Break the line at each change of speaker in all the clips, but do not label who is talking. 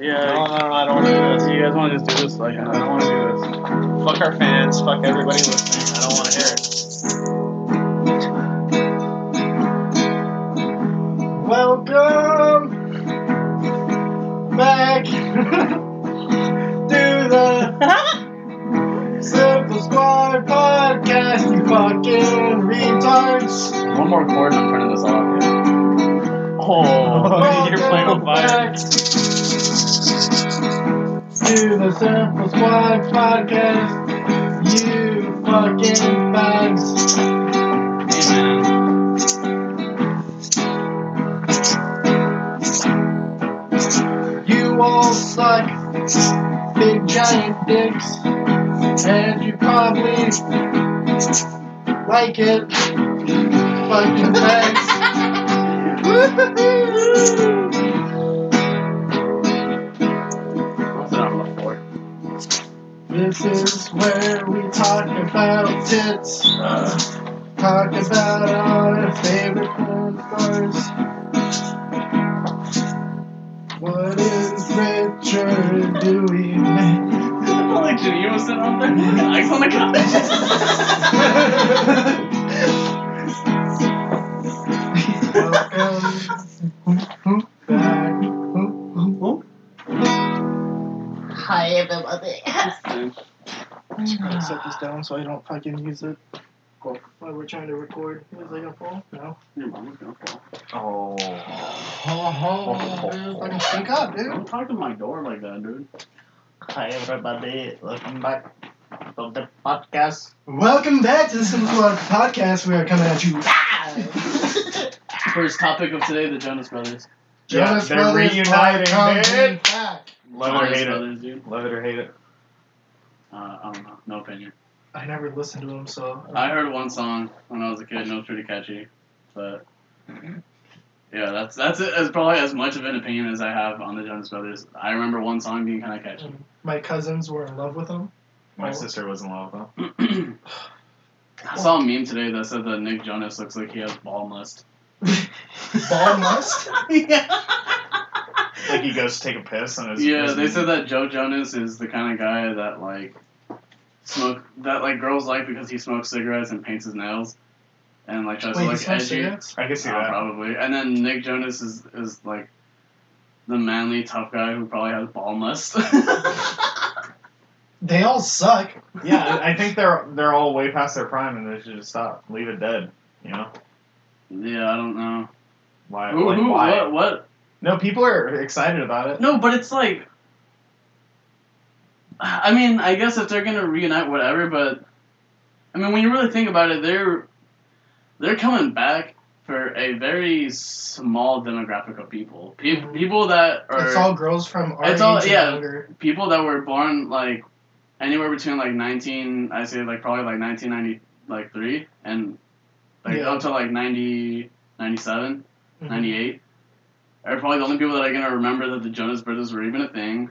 Yeah.
No, no, no, I don't want to do this.
You guys want to just do this? Like, I don't want to do this.
Fuck our fans. Fuck everybody listening. I don't want to hear it.
Welcome back to the Simple Squad podcast, you fucking retards.
One more chord and I'm turning this off. Yeah.
Oh, you're playing
Welcome
on fire.
back To the Simple Squad podcast, you fucking fags.
Hey, man.
You all suck big giant dicks, and you probably like it. Fucking thanks.
What's that on the floor?
this is where we talk about tits,
Uh,
talk about our favorite porn stars. What is Richard doing?
like, Jimmy was sitting out there. Eyes on the couch.
Welcome back.
Hi everybody.
I'm just gonna set this down so I don't fucking use it. While we're trying to record, is it gonna fall? No.
Your mom's gonna fall.
Oh.
Fucking speak up, dude.
Don't talk to my door like that, dude.
Hi, everybody. Welcome back to the podcast.
Welcome back to the Simple Squad podcast. We are coming at you live.
First topic of today, the Jonas Brothers.
Yeah,
Jonas
they're
Brothers
reuniting,
are coming
dude.
back.
Love it or
Jonas
hate it.
Brothers, dude.
Love it or hate it.
Uh, I don't know. No opinion.
I never listened to them, so
I heard one song when I was a kid, and it was pretty catchy, but yeah, that's that's it. As probably as much of an opinion as I have on the Jonas Brothers. I remember one song being kind of catchy.
my cousins were in love with them. Oh.
My sister was in love with him.
I saw a meme today that said that Nick Jonas looks like he has ball must.
Ball must.
yeah,
Like he goes to take a piss and his
yeah.
his-
They said that Joe Jonas is the kind of guy that like smoke that like girls like because he smokes cigarettes and paints his nails, and like tries
Wait,
to
he
look
smokes
edgy.
cigarettes?
I can see
Yeah,
that.
probably. And then Nick Jonas is, is like the manly tough guy who probably has ball must.
They all suck.
Yeah, I I think they're they're all way past their prime and they should just stop. Leave it dead. You know
yeah, I don't know.
why?
Who,
like,
who,
why?
what, what?
No, people are excited about it.
No, but it's like. I mean, I guess if they're gonna reunite, whatever. But I mean, when you really think about it, they're they're coming back for a very small demographic of people. Pe- people that are
It's all girls from our
It's all-
age and
yeah.
younger.
people that were born like anywhere between like 19 i say like probably like 1990 like 3 and like
Yeah. Mm-hmm.
up to like 90 97 98 are probably the only people that are going to remember that the jonas brothers were even a thing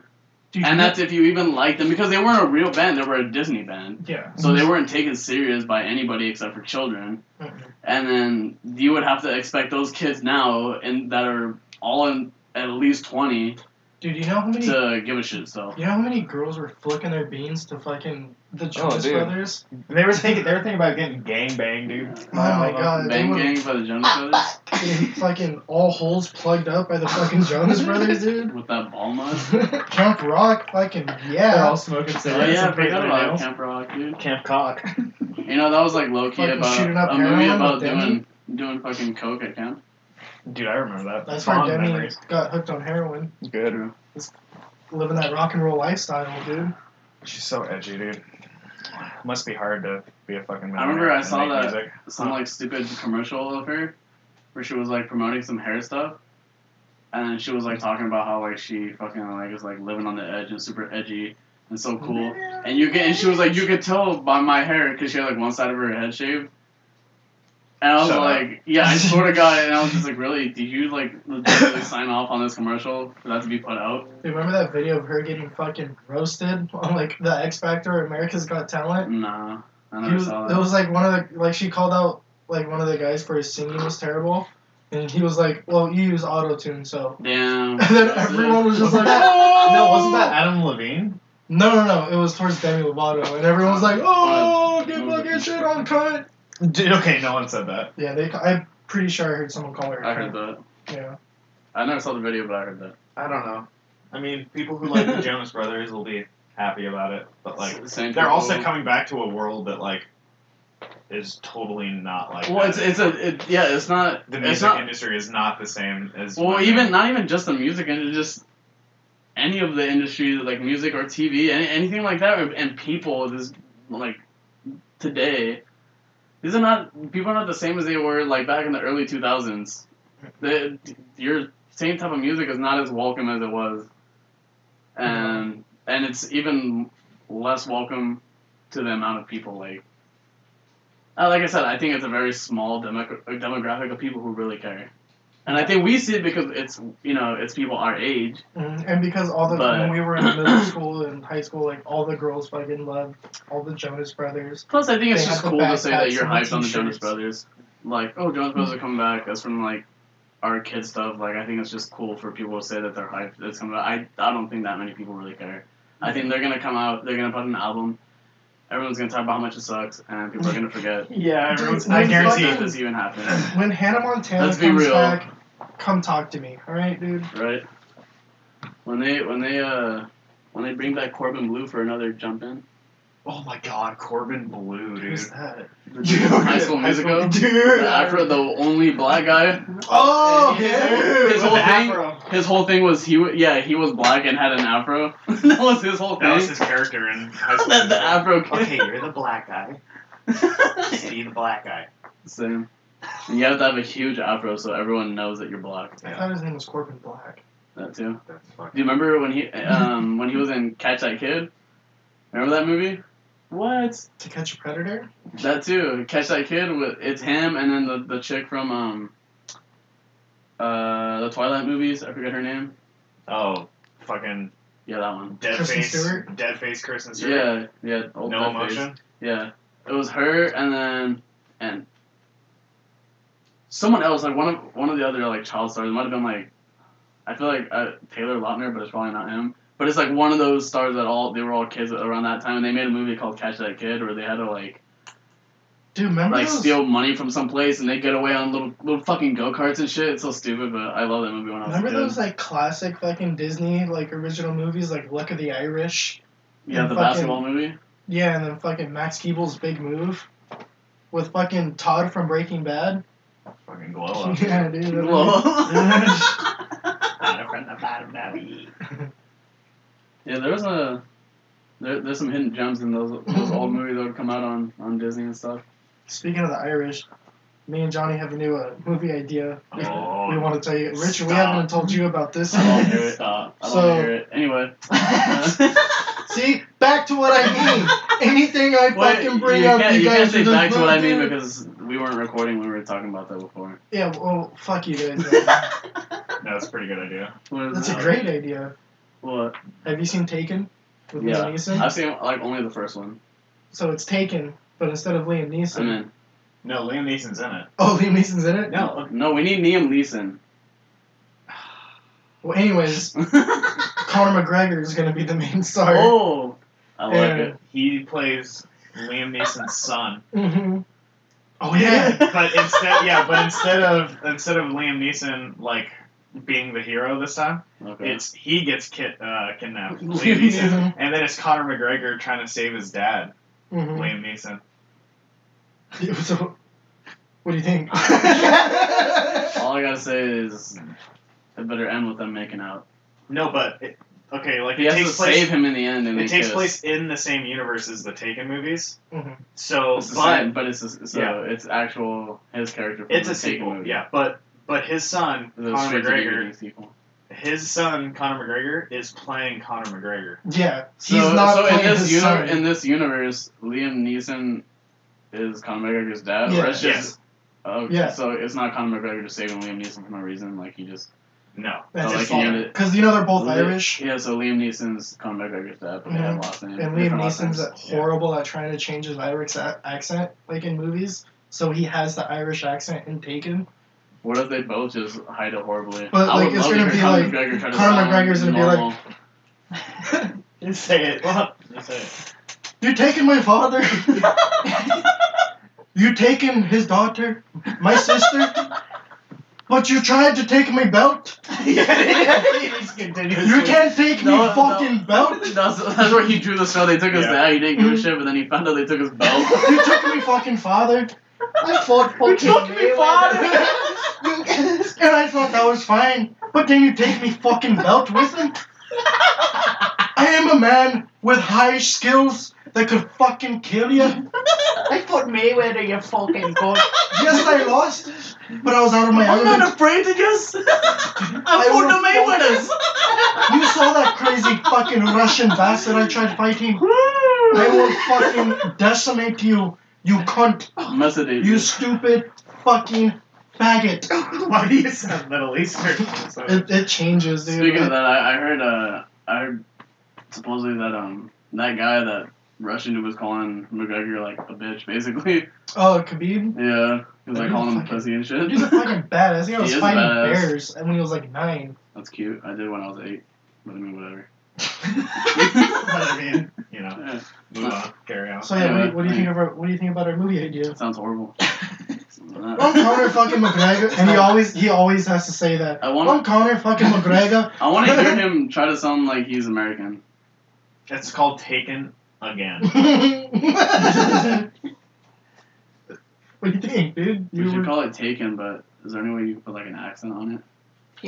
Dude,
and
you-
that's if you even like them because they weren't a real band they were a disney band
yeah.
so they weren't taken serious by anybody except for children
Mhm.
and then you would have to expect those kids now and that are all in at least 20
Dude, you know how many
to give a shit so
You know how many girls were flicking their beans to fucking the
Oh,
Jonas
dude.
Brothers?
They were thinking they were thinking about getting gang bang, dude.
Oh my god, they
Bang
were
Gang by the Jonas
Ah,
Brothers
getting fucking all holes plugged up by the fucking Jonas Brothers, dude.
with that ball mug.
Jump Rock, fucking
They're all
yeah.
smoking
Oh
cigarettes
yeah, I
and painting
forgot
their
about
nails.
Camp Rock, dude.
Camp cock.
You know that was like low key
Fucking shooting up
about a movie
heroin
about
with Demi?
doing doing fucking coke at camp.
Dude, I remember that.
That's where
Fond
Demi
memories.
got hooked on heroin,
Good.
living that rock and roll lifestyle, dude.
She's so edgy, dude. Must be hard to be a fucking.
I remember
millionaire
I
and
saw
make
that.
music.
Some like stupid commercial of her where she was like promoting some hair stuff, and then she was like talking about how like she fucking like is like living on the edge and super edgy and so cool. And you can and she was like you could tell by my hair because she had like one side of her head shaved. And I was
Shut up.
like, yeah, I swear to God. And I was just like, really? Did you like legitimately sign off on this commercial for that to be put out?
Dude, remember that video of her getting fucking roasted on like the X Factor, America's Got Talent?
Nah, I
He
never
was,
saw
it
that.
was like one of the like she called out like one of the guys for his singing was terrible, and he was like, "Well, you use auto tune, so."
Damn.
And then everyone was just like,
No, wasn't that Adam Levine?
No, no, no. It was towards Demi Lovato, and everyone was like, "Oh, get
Mm.
fucking shit on cunt."
D- okay, no one said that.
Yeah, they. ca- I'm pretty sure I heard someone call her. a
I heard
cunt.
that.
Yeah.
I never saw the video, but I heard that.
I don't know. I mean, people who like the Jonas Brothers will be happy about it, but like
S- same
they're
people-
also coming back to a world that like is totally not like.
Well,
that.
it's it's a it, yeah. It's not
the
It's
music
not,
industry is not the same as.
well,
when-
even not even just the music industry, just any of the industry like music or TV, any, anything like that, and people this like today. These are not people are not the same as they were like back in the early two thousands. Your same type of music is not as welcome as it was, and and it's even less welcome to the amount of people like. Uh, like I said, I think it's a very small demo- demographic of people who really care, and I think we see it because it's you know it's people our age.
Mhm. And because all the
But-
when we were in middle school and high school, like all the girls fucking loved all the Jonas Brothers.
Plus, I think it's
They
just
have the
cool to say that
backpacks
you're
and the
hyped on the Jonas
t-shirts.
Brothers. Like, oh, Jonas Brothers are coming back. That's from like our kid stuff. Like, I think it's just cool for people to say that they're hyped. That's coming back. I I don't think that many people really care. I think they're gonna come out. They're gonna put out an album. Everyone's gonna talk about how much it sucks, and people are gonna forget.
Yeah, everyone's.
Dude,
I
it's
guarantee.
that
fucking-
this even happened,
When Hannah Montana
Let's be
comes
real.
back, come talk to me, all right, dude.
right? When they when they uh when they bring back Corbin Blue for another jump in,
Oh my God, Corbin Blue, dude.
Who's that?
the dude from High School Musical,
Dude.
the Afro, the only black guy.
Oh,
His
yeah.
whole- his
With
whole
the
thing.
afro.
His whole thing was he. wa- Yeah, he was black and had an afro. that was his whole
That
thing.
was his character in High School
That- the
Musical.
afro kid.
Okay, you're the black guy. Just be the black guy.
Same. And you have to have a huge afro so everyone knows that you're black.
I thought his name was Corbin Black.
That too.
That's fucking.
Do you remember when he um when he was in Catch That Kid? Remember that movie? What?
To catch a predator?
That too. Catch That Kid with it's him and then the, the chick from um uh the Twilight movies. I forget her name.
Oh, fucking
Yeah, that one.
dead
Kristen
face,
Stewart?
dead face, Kristen Stewart.
Yeah, yeah. Old
no
Dead Face.
emotion.
Yeah, it was her, and then and someone else, like one of one of the other like child stars. It might have been like I feel like uh, Taylor Lautner, but it's probably not him. But it's like one of those stars that all they were all kids around that time, and they made a movie called Catch That Kid, where they had to like
Dude, remember
like
those?
steal money from some place, and they get away on little little fucking go karts and shit. It's so stupid, but I love that movie when I was
Remember
a kid.
those like classic fucking Disney like original movies like Luck of the Irish?
yeah, the
fucking-
basketball movie.
Yeah, and then fucking Max Keeble's Big Move with fucking Todd from Breaking Bad.
Fucking glow up.
yeah, dude. that movie-
Not from the bottom now.
Yeah, there was a there, there's some hidden gems in those those old movies that would come out on on Disney and stuff.
Speaking of the Irish, me and Johnny have a new uh, movie idea.
Oh,
we want to tell you, Richard. We
stop.
haven't told you about this.
I don't hear it.
Stop.
I don't
So-
hear it. Anyway,
See, back to what I mean. Anything I
Wait,
fucking bring
you
up,
can't,
you,
you
guys
can't say
are just
back to what I
like,
mean
"Dude."
because we weren't recording when we were talking about that before.
Yeah, well, fuck you guys. man.
No, that's a pretty good idea.
What is
That's a
that?
great idea.
What?
Have you seen Taken with
Yeah.
Liam Neeson?
I've seen like only the first one.
So it's Taken, but instead of Liam
I
Neeson,
mean,
No, Liam Neeson's in it.
oh, Liam Neeson's in it.
No.
no, we need Liam Neeson.
Well, anyways, Conor McGregor is gonna be the main star.
oh, I like
Yeah.
it.
He plays Liam Neeson's son.
hmm Oh yeah.
But instead, yeah, but instead of instead of Liam Neeson like being the hero this time,
Okay.
it's he gets kid, uh, kidnapped.
Liam
Liam Neeson,
Neeson.
and then it's Conor McGregor trying to save his dad,
hmm
Liam Neeson.
So, what do you think?
All I gotta say is it better end with them making out.
No, but it, okay, like
He
it
has
takes
to
place.
save him in the end, and they
It takes
kiss.
place in the same universe as the Taken movies.
Mhm.
So,
It's the
but
same, but it's a, so
yeah.
it's actual his character. From
it's
the
a
Taken
sequel.
movie.
Yeah, but but his son
the
Conor McGregor,
McGregor sequel.
his son Conor McGregor is playing Conor McGregor.
yeah,
So,
he's not
so in
playing
this
his
uni-
son.
in this universe, Liam Neeson is Conor McGregor's dad,
Yeah.
or it's just oh,
Yeah.
So it's not Conor McGregor just saving Liam Neeson for no reason. Like he just
No,
That's
Oh,
his
like, you
fault.
know,
Because you know they're both
Li-
Irish,
Yeah, so Liam Neeson's Conor McGregor's dad, but they have
Mhm.
last names.
and Liam
different last
Neeson's
names.
horrible at trying to change his Irish a- accent, like in movies. So he has the Irish accent in Taken.
What if they both just hide it horribly?
But,
I
like,
would
it's
love to hear
gonna be
Conor
like,
McGregor try to
Conor
sound
McGregor's gonna be
normal.
You say it. Well, you say it.
You're taking my father. You're taking his daughter, my sister. But you tried to take my belt.
He just continues
You
to-
can't take
No,
me
no.
fucking belt.
That's, that's where he drew the straw. They took his
Yeah.
dad. He didn't give a shit, but then he found out they took his belt.
You took me fucking father,
I fought
You
fucking
took me
father.
and I thought that was fine. But then you take me fucking belt with him. I am a man with high skills that could fucking kill you.
I fought Mayweather, you fucking god.
Yes, I lost, but I was out of my
I'm
element.
not afraid to just.
I
I
will
fought the Mayweathers.
You saw that crazy fucking Russian bastard I tried fighting. I will fucking decimate you, you cunt,
Message
you stupid fucking faggot.
Why do you sound Middle Eastern? So-
It, it changes, dude.
Speaking of that, I, I heard uh, I heard supposedly that um that guy that Russian dude was calling McGregor like a bitch basically.
Oh, Khabib.
Yeah, he was like
Dude,
calling him
fucking-
pussy and shit.
He's a fucking badass. I think I
He
was
is
fighting
badass.
bears and when he was like nine.
That's cute. I did when I was eight, but I mean whatever.
but I mean, you know,
Yeah,
move on, carry on.
So yeah, what, do
Yeah,
you, what do you think of our what do you think about our movie idea?
sounds horrible.
I'm Conor fucking McGregor,
And he always he always has to say that.
I
I'm
want
Conor fucking McGregor.
I want to hear him try to sound like he's American.
It's called Taken Again.
What
What do you think, dude?
We
You
should
were-
call it Taken, but is there any way you could put like an accent on it?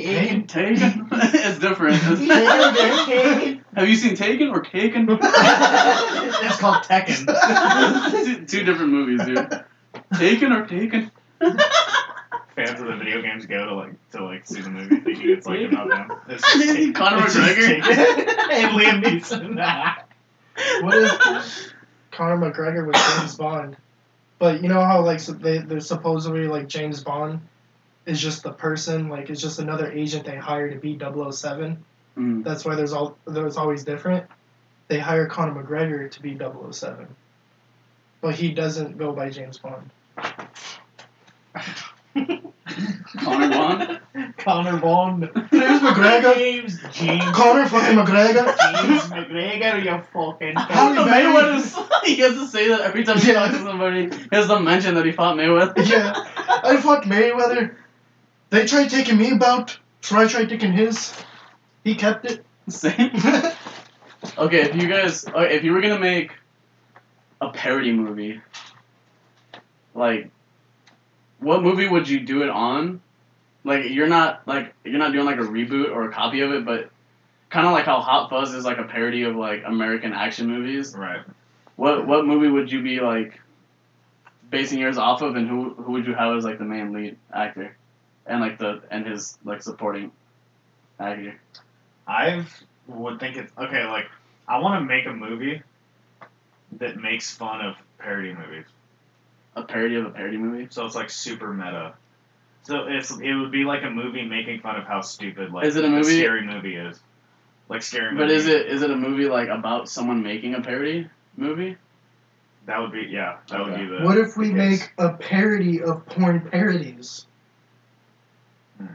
Taken.
Taken, it's different.
Taken again?
Taken.
Have you seen Taken or Taken?
it's called Tekken.
two, two different movies, dude. Taken or Taken?
Fans of the video games go to like to like see the movie thinking it's like about them. It's just Taken.
Conor
It's just
McGregor.
Taken. and Liam Neeson.
What if Conor McGregor was James Bond? But you know how like so they they're supposedly like James Bond is just the person like it's just another agent they hire to be 007.
Mm.
That's why there's all there's always different. They hire Conor McGregor to be 007. But he doesn't go by James Bond.
Conor Bond.
Connor Bond.
James McGregor,
James James.
Conor fucking McGregor.
James McGregor, you fucking.
Halle
The
Berry.
Mayweather. He has to say that every time he
Yeah.
talks to somebody. He has to mention that he fought Mayweather.
Yeah, I fought Mayweather. They tried taking me about, so I tried taking his. He kept it.
Same. Okay, if you guys, okay, if you were gonna make a parody movie, like, what movie would you do it on? Like, you're not like you're not doing like a reboot or a copy of it, but kind of like how Hot Fuzz is like a parody of like American action movies.
Right.
What what movie would you be like basing yours off of, and who who would you have as like the main lead actor, and like the and his like supporting actor?
I would think it's okay. Like, I want to make a movie that makes fun of parody movies.
A parody of a parody movie.
So it's like super meta. So it's it would be like a movie making fun of how stupid like
Is it a
the
movie?
scary movie is. Like scary movie.
But is it is it a movie like about someone making a parody movie?
that would be yeah, that would be the
What if we
Yes.
make a parody of porn parodies?
Hmm.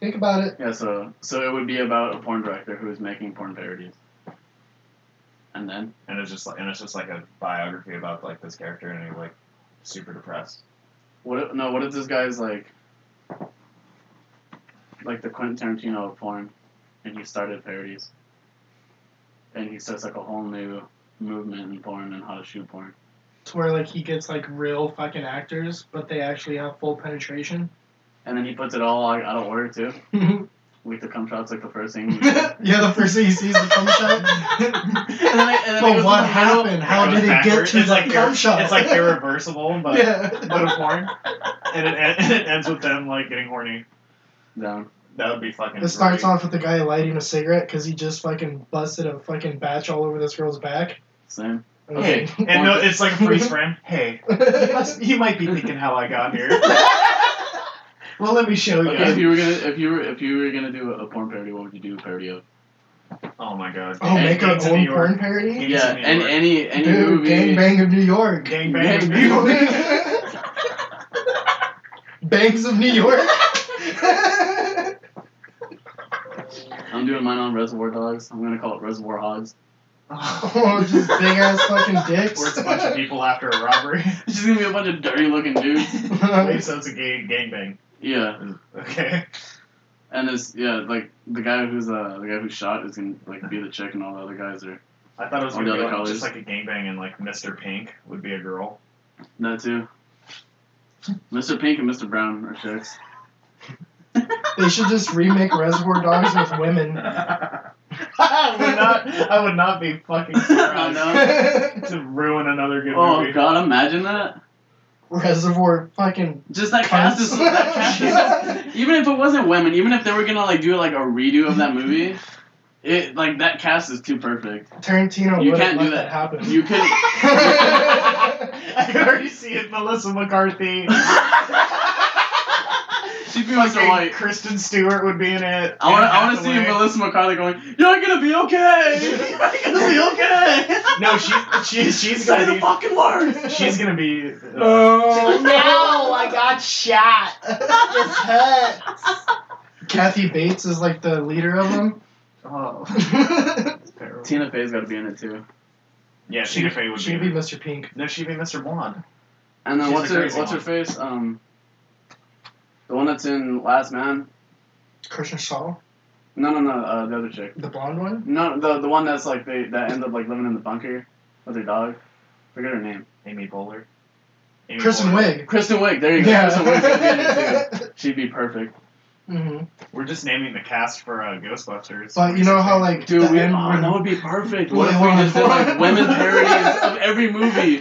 Think about it.
Yeah, so so it would be about a porn director who is making porn parodies. And then
and it's just like and it's just like a biography about like this character and he's like super depressed.
what if, no, what if this guy's like like the Quentin Tarantino of porn and he started parodies. And he starts like a whole new movement in porn and how to shoot porn.
to where like he gets like real fucking actors, but they actually have full penetration.
And then he puts it all like, out of order too.
yeah,
Like the cum shots like the first thing.
the first thing he sees the cum shot.
and then, I, and then it
but
goes
what
in the middle.
happened? How
goes
did it get
backwards.
to
it's
the
like
cum
irre-
shot?
It's like irreversible, but
yeah.
but a porn. And it, en- and it ends with them like getting horny.
Down.
That would be fucking.
It starts
great.
off with the guy lighting a cigarette because he just fucking busted a fucking batch all over this girl's back.
Same.
And
Hey,
then-
and no, it's like a freeze frame. Hey, you, must, you might be thinking how I got here. Well, let me show you.
Okay, if you were gonna if you were if you were gonna do a porn parody, what would you do a parody of?
Oh my god.
oh, make
Gang
our
Gangs in
own
New York.
porn parody.
Gangs
Yeah,
in New
and
York.
any any
Dude,
movie.
Gang Bang of New York.
Gang
Gang
bang.
bang.
Bangs of New York.
I'm doing mine on Reservoir Dogs. I'm gonna call it Reservoir Hogs.
oh, just big ass fucking dicks.
Where it's a bunch of people after a robbery.
It's just gonna be a bunch of dirty looking dudes.
Wait, so it's a gay gangbang.
Yeah,
Okay.
and it's yeah like the guy who's uh the guy who shot is gonna like be the chick and all the other guys are
I thought it was
Or
gonna
the
be
other
like, just
colours.
like a gangbang and like Mr. Pink would be a girl.
that too. Mr. Pink and Mr. Brown are chicks.
they should just remake Reservoir Dogs with women.
I would not. I would not be fucking surprised to ruin another good
Oh
movie.
God, imagine that.
Reservoir fucking.
Just that cast is that cast is Even if it wasn't women, even if they were gonna like do like a redo of that movie, it like that cast is too perfect.
Tarantino
You
wouldn't
can't
let
do
that,
that.
happen.
You could
I already see it, Melissa McCarthy.
she'd be Mr. White.
Kristen Stewart would be in it.
I want to I want to see Melissa McCarthy going. You're gonna be okay. You're gonna be okay.
No, she, she she's
Say
gonna
the
be
fucking words.
she's gonna be. Uh,
Oh,
now I got shot. This hurts.
Kathy Bates is like the leader of them.
oh, it's terrible.
Tina Fey's got to be in it too.
yeah, Tina Fey would be.
She'd
in
be
it.
Mr. Pink.
No, she'd be Mr. Blonde.
And then
She's
what's
the
her
crazy
what's her
one.
face? Um, the one that's in Last Man.
Christian Shaw,
No, no, no. Uh, the other chick.
the blonde one.
No, the the one that's like they that ends up like living in the bunker with her dog. Forget her name.
Amy Poehler. Amy
Kristen
Poehler.
Wiig.
Kristen Wiig. There you go. Kristen Wiig's gonna be in it, too. She'd be perfect.
hmm
We're just naming the cast for uh, Ghostbusters.
But you know how like
Dude,
the
we,
end
oh,
when-
that would be perfect.
Wait,
What if we
hold on.
just did like women parodies of every movie?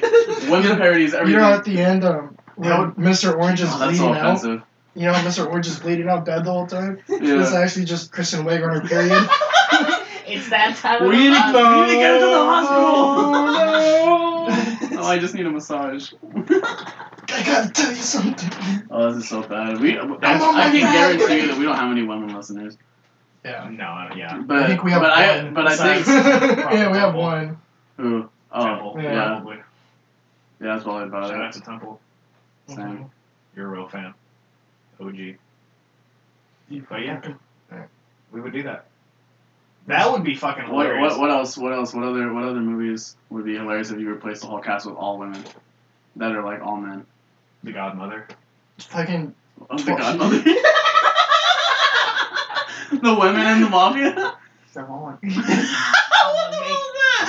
Women parodies
you
everything.
know at the end um when
That would-
Mr. Orange is
Oh, that's so
bleeding out.
offensive.
You know how Mr. Orange is bleeding out bad the whole time. It's
Yeah.
actually just Kristen Wiig on her period.
It's that time of
We need
the
to-
month.
You need to get her to the
Oh, no.
Oh, I just need a massage.
I gotta tell you something.
Oh, this is so bad. We, I,
on my
I can
back.
guarantee you that we don't have any women listeners.
Yeah.
uh, No, yeah.
But
I think we have
but I
one.
but I think
Besides-
yeah, we have one.
who? Oh, Uh,
Temple,
yeah.
probably.
yeah, that's probably
Shout
about
out
it.
to Temple.
Same.
You're a real fan. OG. But yeah, we would do that. That would be fucking
What,
hilarious.
what what else? What else? What other what other movies would be hilarious if you replaced the whole cast with all women that are like all men?
The Godmother.
Fucking
Of the Godmother. the women in the mafia.
Someone. I'm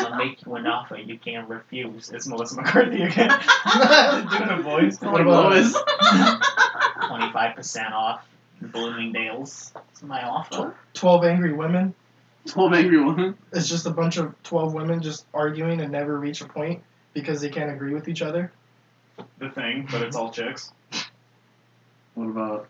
gonna make you an offer you can't refuse.
It's Melissa McCarthy again. Doing a voice.
Like
about-
Lois.
25% off Bloomingdale's. It's my offer.
twelve angry women.
Twelve angry women.
It's just a bunch of twelve women just arguing and never reach a point because they can't agree with each other.
The thing, but it's all chicks.
What about?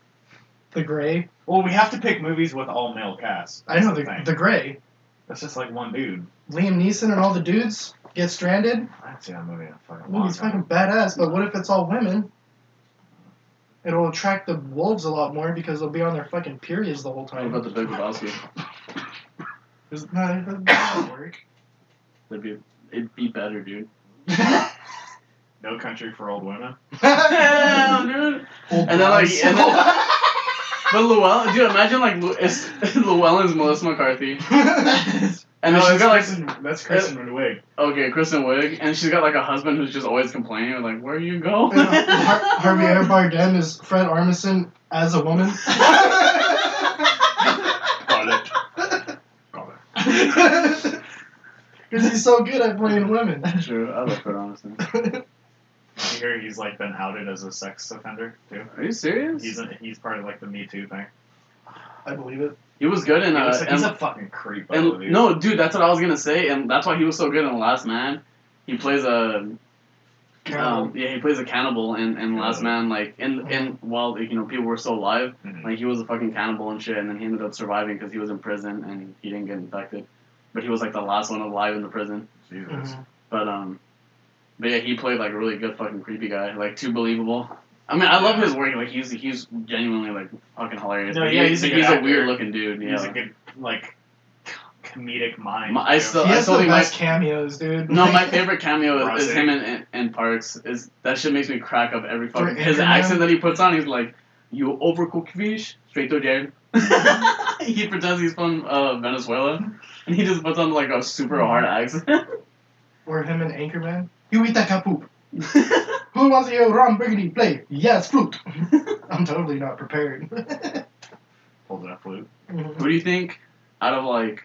The Gray.
Well, we have to pick movies with all male casts.
I know
That's
the
thing.
the Gray.
That's just like one dude.
Liam Neeson and all the dudes get stranded.
I've seen that movie in a fucking long
Movie's
time.
fucking badass, but what if it's all women? It'll attract the wolves a lot more because they'll be on their fucking periods the whole
What
time.
about the Big Lebowski?
Is- no, that doesn't work.
It'd be it'd be better, dude.
No Country for Old Women.
Damn, dude. And then like and then, but Llewellyn, dude, imagine like Lu- it's, Llewellyn's Melissa McCarthy, and then
no,
she's
that's
got like
Kristen, that's Kristen Wiig.
Okay, Kristen Wiig, and she's got like a husband who's just always complaining, like, "Where are you going?"
Har- Javier Bardem is Fred Armisen as a woman.
Got it. Got it.
Because he's so good at playing women.
True, I love Fred Armisen.
You hear he's like been outed as a sex offender too.
Are you serious?
He's a, he's part of like the Me Too thing.
I believe it.
he was good in
He
uh,
looks like
and,
he's a fucking creep. by the way.
and no, dude, that's what I was gonna say, and that's why he was so good in The Last Man. He plays a um, yeah, he plays a cannibal in, in Last Man, like, and and while you know people were still alive,
Mhm.
like he was a fucking cannibal and shit, and then he ended up surviving because he was in prison and he didn't get infected, but he was like the last one alive in the prison.
Jesus.
Mhm.
But um, but yeah, he played like a really good fucking creepy guy, like too believable. I mean, I love his work. Like he's he's genuinely like fucking hilarious.
No,
Like,
yeah,
he-
he's a good actor.
weird looking dude. Yeah.
He's a good like comedic mind.
My- I
too.
still-
He has
I
the
think my-
best cameos, dude.
no, my favorite cameo is,
Ross
is him and, and, and Parks. Is that shit makes me crack up every
For
fucking his
Anchorman?
accent that he puts on. He's like, "You overcooked fish, straight to jail." he pretends he's from uh, Venezuela, and he just puts on like a super hard accent.
Or him and Anchorman.
You eat that cat poop. Who wants to hear Ron Burgundy play? Yes, flute.
I'm totally not prepared.
Mm-hmm.
Holding up flute.
Who do you think, out of like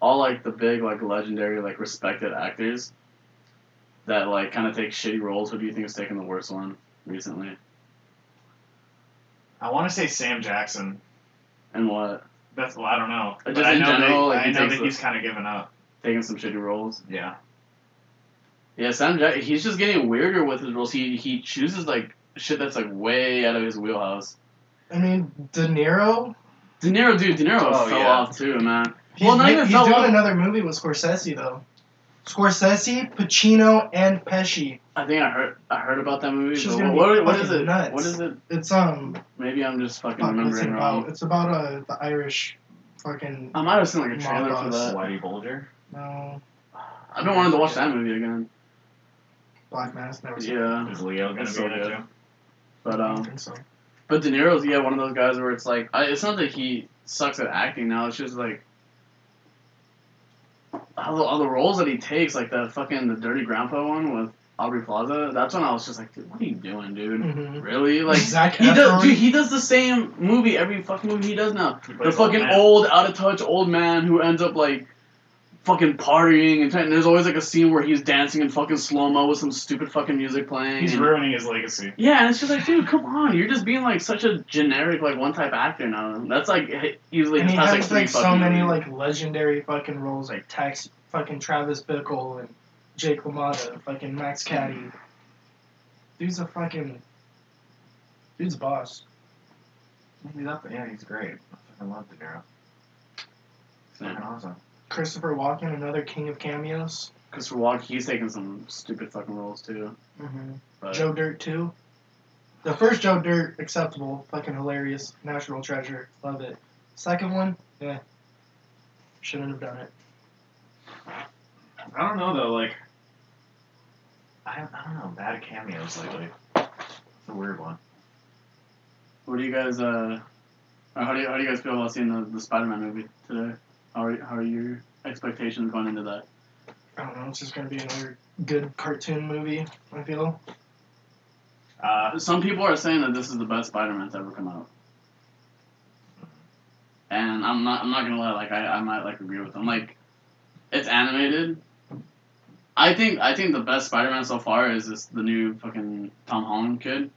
all like the big like legendary like respected actors, that like kind of take shitty roles? Who do you think is taking the worst one recently?
I want to say Sam Jackson.
And what
That's well, I don't know.
But
But
just
I
in
know
general,
that,
like, he
I know
takes
that
the-
he's kind of given up.
taking some shitty roles?
Yeah.
Yeah, Sam Jack. He's just getting weirder with his roles. He he chooses like shit that's like way out of his wheelhouse.
I mean, De Niro.
De Niro, dude, De Niro
Oh,
fell
yeah.
off too, man.
He's,
Well, not
ma-
even
he's
fell
doing
off.
another movie with Scorsese though. Scorsese, Pacino, and Pesci.
I think I heard I heard about that movie.
She's
but
gonna
what,
be
what- what is
fucking
it?
nuts.
What is it?
It's um,
Maybe I'm just fucking
fuck, what's it
remembering
about?
wrong.
It's about uh, the Irish, fucking
I might have seen like a
Mob
trailer for
Boss.
that.
Whitey Bulger.
no
I've been wanting to watch that movie again.
black mass. Never seen. it.
Yeah,
Is Leo gonna
That's
be
so
in it
good.
too?
but
I don't
um,
think so.
but De Niro's yeah one of those guys where it's like I, it's not that he sucks at acting now. It's just like all the, all the roles that he takes, like that fucking the Dirty Grandpa one with Aubrey Plaza. That's when I was just like, dude, what are you doing, dude?
Mhm.
Really? Like
Zac
Mm-hmm. he does,
Efron.
dude, he does the same movie every fucking movie he does now.
He
the
plays old
fucking
man.
old, out of touch old man who ends up like fucking partying and, trying, there's always like a scene where he's dancing in fucking slow mo with some stupid fucking music playing.
He's
and-
ruining his legacy.
yeah, and it's just like, dude, come on, you're just being like such a generic like one type actor now. That's like hi- easily
and
his
he
past,
has
like
like,
three
so
fucking
many
movies.
like legendary fucking roles like Tex, fucking Travis Bickle and Jake LaMotta, fucking Max Caddy. Dude's a fucking dude's a boss.
He's up, yeah, he's great. I fucking love De Niro. He's fucking awesome.
Christopher Walken, another king of cameos.
Christopher Walken, he's taking some stupid fucking roles too.
Mm-hmm.
But
Joe Dirt too. The first Joe Dirt, acceptable, fucking hilarious, national treasure, love it. Second one, yeah, shouldn't have done it.
I don't know though, like I, I don't know, bad cameos lately. It's a weird one.
what do you guys uh or how do you, how do you guys feel about seeing the, the Spider Man movie today? How are how are your expectations going into that?
I don't know. It's just gonna be another good cartoon movie. I feel.
Uh,
Some people are saying that this is the best Spider-Man that's ever come out, and I'm not. I'm not gonna lie. Like I, I might like agree with them. Like, it's animated. I think I think the best Spider-Man so far is this the new fucking Tom Holland kid,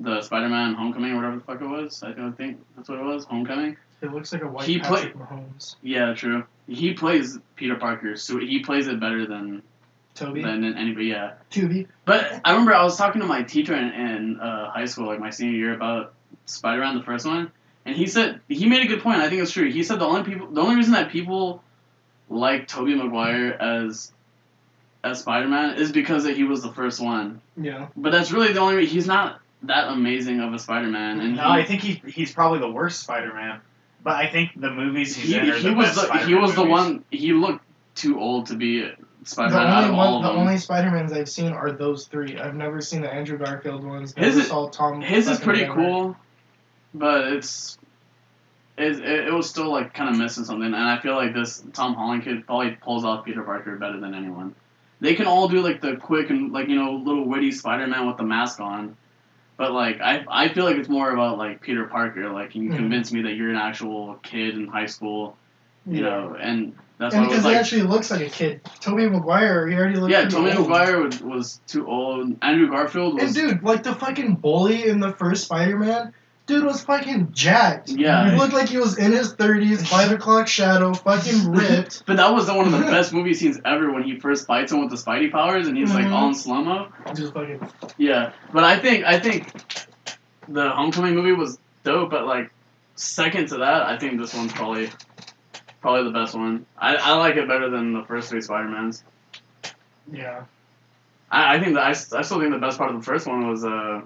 the Spider-Man Homecoming or whatever the fuck it was. I think I think that's what it was. Homecoming.
It looks like a white
He
Patrick Mahomes.
Yeah, true. He plays Peter Parker, so he plays it better than
Toby.
than anybody. Yeah.
Toby.
But I remember I was talking to my teacher in, in uh, high school, like my senior year, about Spider Man, the first one, and he said he made a good point. I think it's true. He said the only people, the only reason that people like Tobey Maguire as as Spider Man is because that he was the first one.
Yeah.
But that's really the only. re- He's not that amazing of a Spider Man, and
no, I
he,
think he he's probably the worst Spider-Man. But I think the movies he's
he,
in are
he
the
was
best
the, he
Spider-Man
was the
movies.
one. He looked too old to be Spider Man
the
out
only
of all
one,
of
the
them.
only Spider Mans I've seen are those three. I've never seen the Andrew Garfield ones.
His
never
is-
saw Tom.
His is
fucking
pretty
Maguire.
cool, but it's it, it, it was still like kind of missing something, and I feel like this Tom Holland kid probably pulls off Peter Parker better than anyone. They can all do like the quick and like you know little witty Spider Man with the mask on, but like I I feel like it's more about like Peter Parker. Like you
Mhm.
convince me that you're an actual kid in high school, you know, and that's
and
why I was
because he
like.
actually looks like a kid. Toby Maguire, he already looks.
Yeah,
pretty
Tobey
old.
Maguire was, was too old. Andrew Garfield
And
was
dude, like the fucking bully in the first Spider Man, dude was fucking jacked.
yeah.
He looked like he was in his thirties, five o'clock shadow, fucking ripped.
But that was one of the best movie scenes ever when he first fights him with the Spidey powers and he's like
Mhm.
all in slow mo.
Just fucking
Yeah, but I think I think the Homecoming movie was dope, but like second to that, I think this one's probably probably the best one. I, I like it better than the first three Spider Mans.
yeah.
I, I think that I, s- I still think the best part of the first one was uh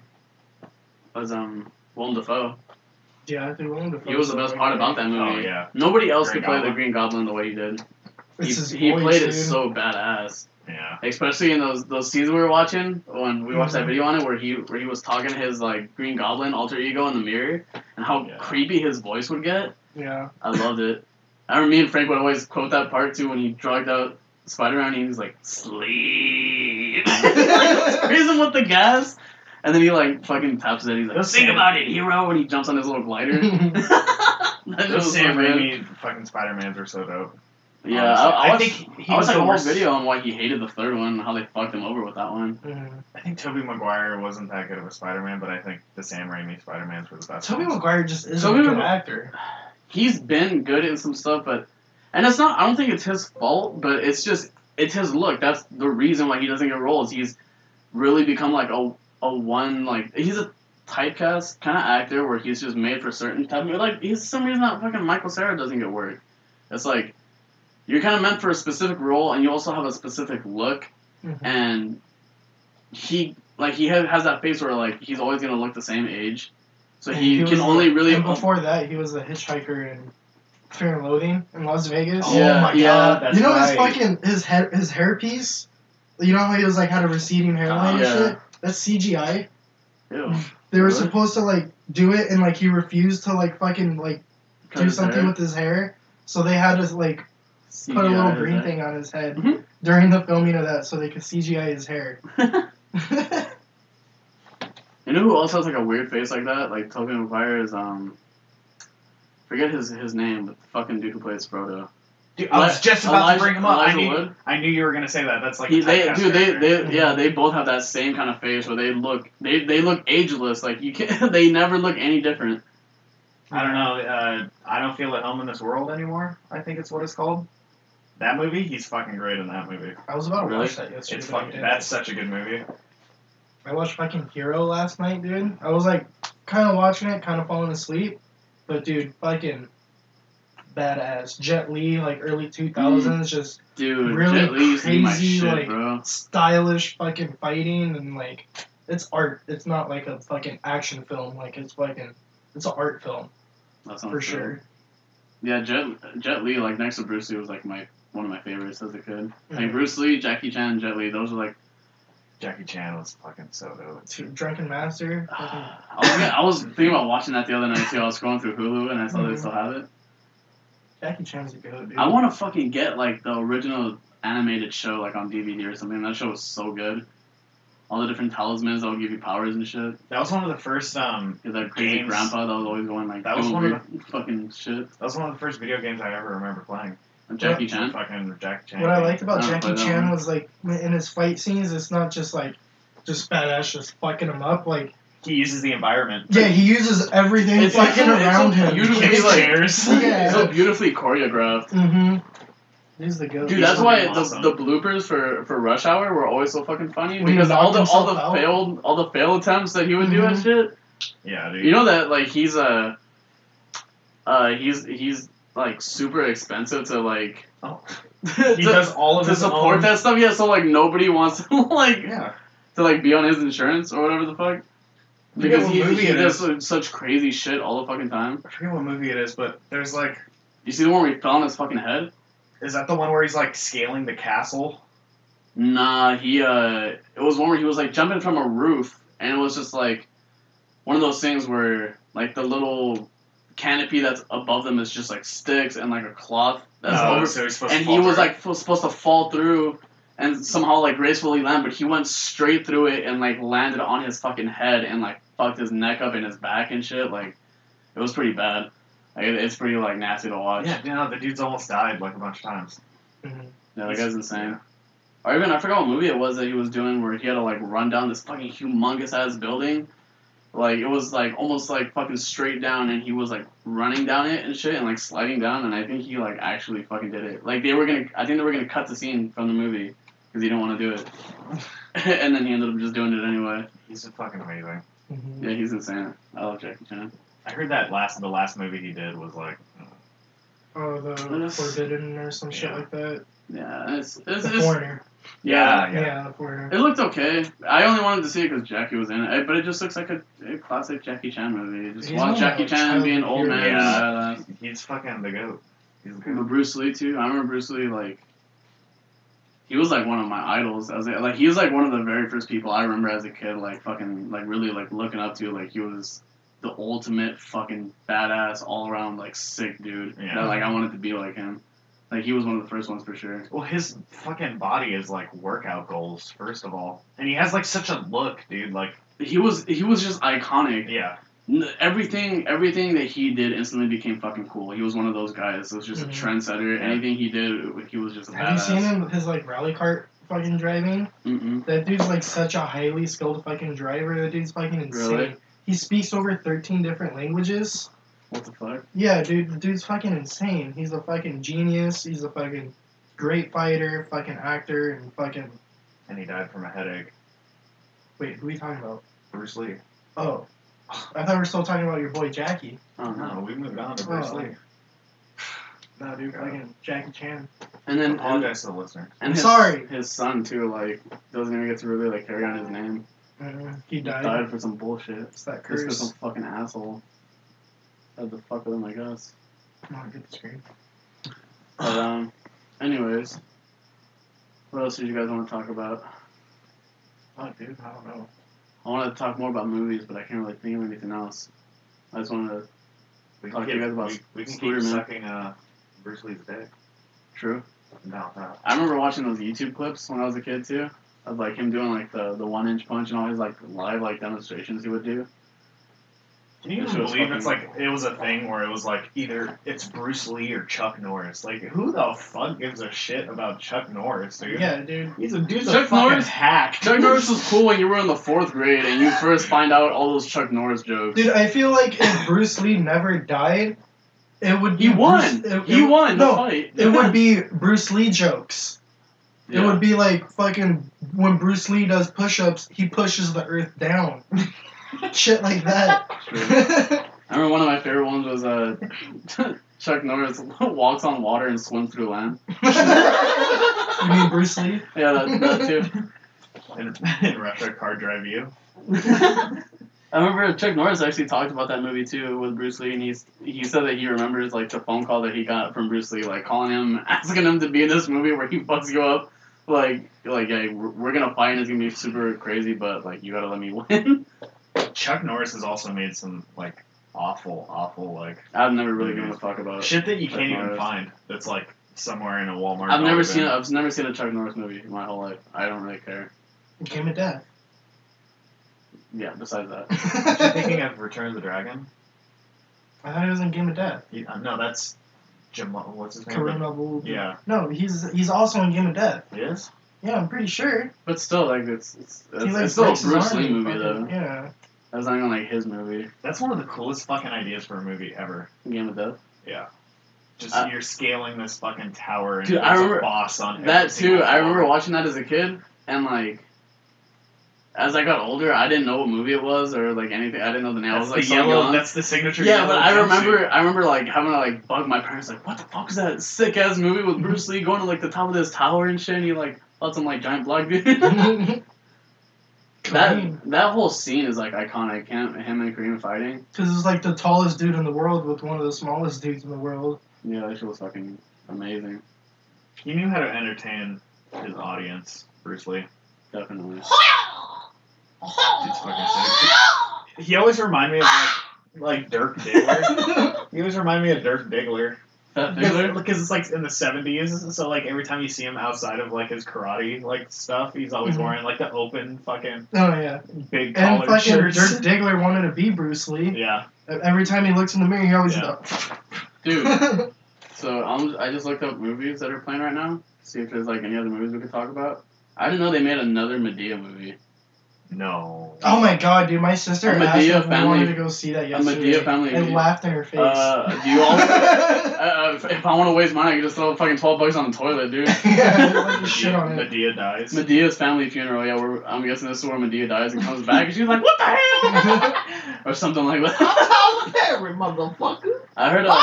was um Willem Dafoe.
Yeah, dude, Willem Dafoe
He was the best part about that movie.
Oh yeah.
Nobody else
Green
could play the
Goblin.
Green Goblin the way he did.
It's his
he he
voice,
played it
dude.
so badass.
Yeah.
especially in those those scenes we were watching when we watched that video on it where he where he was talking to his like Green Goblin alter ego in the mirror and how
Yeah.
creepy his voice would get.
Yeah.
I loved it. I remember me and Frank would always quote that part too when he drugged out Spider Man. He was like, "Sleep," raising with the gas, and then he like fucking taps it. He's like,
That's
"Think
Sam-
about it, hero," when he jumps on his little glider. that shit
Those
was so
Sam
good.
Raimi fucking Spider Mans are so dope.
Yeah,
Honestly,
I, I,
I
watched,
think he
I watched like
was the
a whole
worst-
video on why he hated the third one and how they fucked him over with that one.
Mhm.
I think Tobey Maguire wasn't that good of a Spider Man, but I think the Sam Raimi Spider Mans were the best.
Tobey
ones.
Maguire just isn't
Tobey
a good
Mag-
actor.
he's been good in some stuff, but and it's not. I don't think it's his fault, but it's just it's his look. That's the reason why he doesn't get roles. He's really become like a a one like he's a typecast kind of actor where he's just made for certain type. Of, like he's for some reason that fucking Michael Sarah doesn't get work. It's like you're kind of meant for a specific role, and you also have a specific look,
Mhm.
and he like he ha- has that face where like he's always gonna look the same age. So
And
he,
was
can
the-
only really um,
And before that, he was a hitchhiker in Fear and Loathing in Las Vegas.
Oh Yeah,
my
yeah.
god, that's
you know his
right.
fucking his head his hairpiece. You know how he was like had a receding hairline
Uh-huh.
and
Yeah.
shit. That's CGI.
Ew.
They were
Really?
supposed to like do it, and like he refused to like fucking like
Cut
do
his
something
hair.
with his hair. So they had to like put
CGI
a little
is
green
it?
thing on his head
Mm-hmm.
Mhm.
during the filming of that, so they could CGI his hair.
you know who also has like a weird face like that? Like Tobey Maguire is um, forget his his name, but the fucking dude who plays Frodo.
Dude, I was
Eli-
just about
Elijah-
to bring him up. I
Elijah
knew,
Wood.
I knew you were gonna say that. That's like
He-
a
they,
typecast
dude, they,
character.
they, yeah, they both have that same kind of face where they look, they, they look ageless. Like you can, they never look any different.
I don't know. Uh, I don't feel at home in this world anymore. I think it's what it's called. That movie, he's fucking great in that movie.
I was about to
Really?
watch that yesterday.
It's
but I
fucking.
didn't.
That's such a good movie.
I watched fucking Hero last night, dude. I was like kind of watching it, kind of falling asleep, but dude, fucking badass. Jet Li, like early two thousands,
Mm.
just
Dude,
Really
Jet Li used to be my
crazy,
shit,
like-
bro.
stylish fucking fighting and like it's art. It's not like a fucking action film. Like it's fucking it's an art film
That sounds
for
good.
sure.
Yeah, Jet Jet Li, like next to Bruce Lee, was like my one of my favorites as a kid. Like
Mhm.
Bruce Lee, Jackie Chan, Jet Li, those are like.
Jackie Chan was fucking so dope.
Dude, Drunken Master. fucking-
I was, gonna- I was thinking about watching that the other night too. I was scrolling through Hulu and I saw they
Mm-hmm.
Mhm.
still have it.
Jackie Chan's a goat, dude.
I want to fucking get like the original animated show like on DVD or something. That show was so good. All the different talismans that would give you powers and shit.
That was one of the first. Um,
Cause that crazy
Games.
grandpa that was always going like
That was
doing
one of
weird fucking shit.
that was one of the first video games I ever remember playing.
And Jackie Chan.
Fucking Jackie Chan.
What I liked about
I don't
Jackie
play that
Chan
one.
was like in his fight scenes, it's not just like just badass just fucking him up. Like
He uses the environment.
yeah, he uses everything
It's-
fucking
it's- it's
around
a
him.
beautiful-
Kicks
He's like-
chairs.
Yeah.
So beautifully choreographed.
Mm-hmm. He's the goat.
Dude,
He's
that's why
fucking
the,
awesome.
the bloopers for, for Rush Hour were always so fucking funny
When he
because all the
knocked
all the
himself out.
failed all the fail attempts that he would do
Mm-hmm.
and
Mhm.
shit.
Yeah, dude.
You know that like he's a uh he's he's like super expensive to like
Oh.
to,
he does all of
to
his
support
own-
that stuff. Yeah, so like nobody wants to like
Yeah.
to like be on his insurance or whatever the fuck.
You
Because
know
he,
what movie
he
it
does
is.
su- such crazy shit all the fucking time.
I forget what movie it is, but there's like,
You see the one where he fell on his fucking head?
is that the one where he's like scaling the castle?
Nah, he uh it was one where he was like jumping from a roof and it was just like one of those things where like the little canopy that's above them is just like sticks and like a cloth that's
No,
over
Oh, so he's supposed to
and
fall
he was
through.
like f- supposed to fall through and somehow like gracefully land, but he went straight through it and like landed on his fucking head and like fucked his neck up and his back and shit. Like it was pretty bad. Like, it- it's pretty like nasty to watch.
Oh, yeah, you know, the dude's almost died like a bunch of times.
Yeah, that guy's insane. Or even I forgot what movie it was that he was doing where he had to like run down this fucking humongous ass building. Like it was like almost like fucking straight down and he was like running down it and shit and like sliding down and I think he like actually fucking did it. Like they were gonna I think they were gonna cut the scene from the movie because he didn't want to do it. and then he ended up just doing it anyway.
He's fucking amazing.
Mhm.
Yeah, he's insane. I love Jackie Chan.
I heard that last the last movie he did was like
Oh, the
Yes.
Forbidden or some shit
Yeah.
like that.
Yeah, it's it's,
The
it's
Foreigner.
yeah.
yeah.
Yeah, the Foreigner.
It looked okay. I only wanted to see it because Jackie was in it, I- but it just looks like a, a classic Jackie Chan movie. Just
He's
watch
not
Jackie
a
Chan
child
be an old
hero.
man.
Yeah.
Yeah.
He's fucking the goat. He's the
But
goat.
Bruce Lee too. I remember Bruce Lee like he was like one of my idols. As a, like he was like one of the very first people I remember as a kid, like fucking like really like looking up to. Like he was the ultimate fucking badass, all around like sick dude.
Yeah.
That like I wanted to be like him. Like he was one of the first ones for sure.
Well, his fucking body is like workout goals, first of all, and he has like such a look, dude. Like,
He was he was just iconic.
yeah,
N- everything everything that he did instantly became fucking cool. He was one of those guys that was just a
Mhm.
trendsetter.
Yeah.
Anything he did, he was just a
Have you
badass.
seen him with his like rally cart fucking driving?
Mm-mm.
That dude's like such a highly skilled fucking driver. That dude's fucking insane.
Really?
He speaks over thirteen different languages.
What the fuck?
Yeah, dude, the dude's fucking insane. He's a fucking genius. He's a fucking great fighter, fucking actor, and fucking
and he died from a headache.
wait, who are we talking about?
Bruce Lee.
Oh, I thought we were still talking about your boy Jackie.
Oh no.
No, we moved on to Bruce
Oh.
Lee.
No, dude, uh, fucking Jackie Chan.
And then and,
Apologize to the listener.
and his,
Oh. Sorry.
his son too. Like doesn't even get to really like carry on his name.
Uh, he died.
Died for some bullshit.
It's that
Just for
curse.
some fucking asshole. Had the fuck with him, I guess.
Come on, get the screen.
But um, anyways, what else did you guys want to talk about?
Fuck, dude, I don't know.
I wanted to talk more about movies, but I can't really think of anything else. I just wanted to.
We
Talk
can,
to
keep,
you guys about
we, we can keep
Spider-Man.
sucking uh, Bruce Lee's dick.
True.
No, no.
I remember watching those YouTube clips when I was a kid too, of like him doing like the, the one inch punch and all his like live like demonstrations he would do.
Can you
This
even
was
believe
fucking-
it's like it was a thing where it was like either it's Bruce Lee or Chuck Norris? Like, who the fuck gives a shit about Chuck Norris, dude?
Yeah, dude.
He's a dude's
Chuck
a fucking
Norris-
hack.
Chuck Norris was cool when you were in the fourth grade and you first find out all those Chuck Norris jokes.
Dude, I feel like if Bruce Lee never died, it would
he
be Bruce-
won.
it-
he
it-
won the
No,
fight.
it would be Bruce Lee jokes. It would be like fucking when Bruce Lee does push-ups, he pushes the earth down. Shit like that.
I remember one of my favorite ones was uh, Chuck Norris walks on water and swims through land.
you mean Bruce Lee?
Yeah, that, that too.
in, in retro car drive you.
I remember Chuck Norris actually talked about that movie too with Bruce Lee, and he's he said that he remembers like the phone call that he got from Bruce Lee, like calling him, asking him to be in this movie where he fucks you up, like like hey, we're, we're gonna fight and it's gonna be super crazy, but like you gotta let me win.
Chuck Norris has also made some like awful, awful like
I've never really given a fuck about.
shit that you
Uh, Chuck
can't even
Norris.
find. That's like somewhere in a Walmart.
I've never
dollar
seen
bin.
a, I've never seen a Chuck Norris movie in my whole life. I don't really care.
Game of Death.
Yeah, besides that,
You're
I
thinking of Return of the Dragon?
thought he was in Game of Death.
You, uh, no, that's Jamal. What's his name?
Kareem Abdul.
Yeah,
No, he's he's also in Game of Death.
it is.
Yeah, I'm pretty sure.
but still like it's it's,
He
it's,
like
it's still a
breaks his
Bruce
arm
Lee
and
movie
fucking-
though.
Yeah.
That's not even like his movie.
That's one of the coolest fucking ideas for a movie ever.
Game of Death.
Just
Uh,
you're scaling this fucking tower and
Dude,
there's
I remember-
a boss on every
That too.
single
I remember
floor.
watching that as a kid, and like, as I got older, I didn't know what movie it was or like anything. I didn't know the name. I
That's
was like,
the
so
yellow.
young.
That's the signature.
yeah,
yellow
but I
jumpsuit.
remember, I remember like having to like bug my parents, like, what the fuck is that sick ass movie with Bruce Lee going to like the top of this tower and shit, and he like fought some like giant black dude.
Oh
that
Kareem.
that whole scene is like iconic. Him, him and Kareem fighting.
Because it's like the tallest dude in the world with one of the smallest dudes in the world.
Yeah, that shit was fucking amazing.
He knew how to entertain his audience, Bruce Lee.
Definitely.
Dude's fucking sick. He always reminded me of like, like Dirk Diggler. he always reminded me of Dirk Diggler.
That Diggler.
Because it's like in the seventies, so like every time you see him outside of like his karate like stuff, he's always
Mhm.
Mm-hmm.
wearing like the open fucking
Oh yeah.
big
And
collar
fucking
shirts.
Dirk Diggler wanted to be Bruce Lee.
yeah,
Every time he looks in the mirror, he always
Yeah.
Dude.
goes,
So um, I just looked up movies that are playing right now. See if there's like any other movies we could talk about. I didn't know they made another Medea movie.
no.
"Oh my god, dude! My sister
A
asked
Medea
if we wanted
family-
to go see that
a
yesterday,
Medea family
and
video.
laughed in her face."
Uh, do you all? uh, uh, if, if I want to waste money, I can just throw fucking twelve bucks on the toilet, dude.
yeah, like
Medea,
you shit on it.
Medea dies.
Medea's family funeral. Yeah, we're, I'm guessing this is where Medea dies and comes back, and she's like, "What the hell?" or something like that.
I'm Perry, motherfucker.
I heard uh,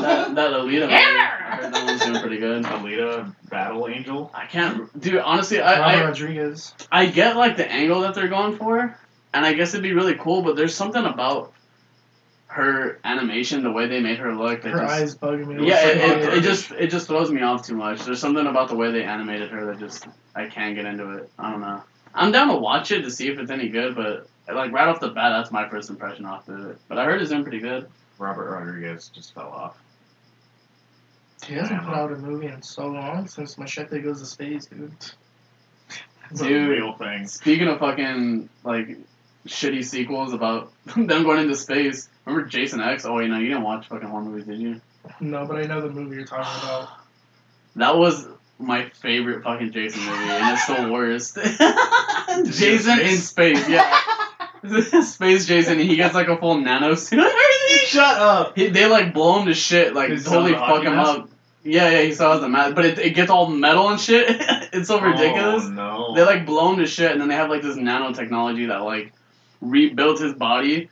that that Alita. Movie, I
Yeah.
heard that one's doing pretty good.
Alita, Battle Angel.
I can't, dude. Honestly, I, I
Robert Rodriguez.
I get like the angle that they're going for, and I guess it'd be really cool, but there's something about her animation, the way they made her look, that
Her
just
eyes bugging me.
yeah, it,
What's
it,
her
it
name?
just it just throws me off too much. There's something about the way they animated her that just I can't get into it. I don't know. I'm down to watch it to see if it's any good, but like right off the bat, that's my first impression off of it. But I heard it's doing pretty good.
Robert Rodriguez just fell off.
He hasn't put out a movie in so long since Machete Goes to Space, dude.
It's a
Dude.
real thing.
Speaking of fucking like shitty sequels about them going into space, remember Jason X? Oh wait, no, you didn't watch fucking horror movies, did you?
No, but I know the movie you're talking about.
That was my favorite fucking Jason movie, and it's the worst.
he in
Jason in space, yeah. space Jason, and he gets like a full nano suit and everything.
Shut up!
He, they like blow him to shit, like
His
totally
son, the hockey
fuck him
mask?
up. Yeah, yeah, he still has the mask, but it, it gets all metal and shit. it's so ridiculous.
Oh, no.
They like blow him to shit, and then they have like this nanotechnology that like rebuilds his body,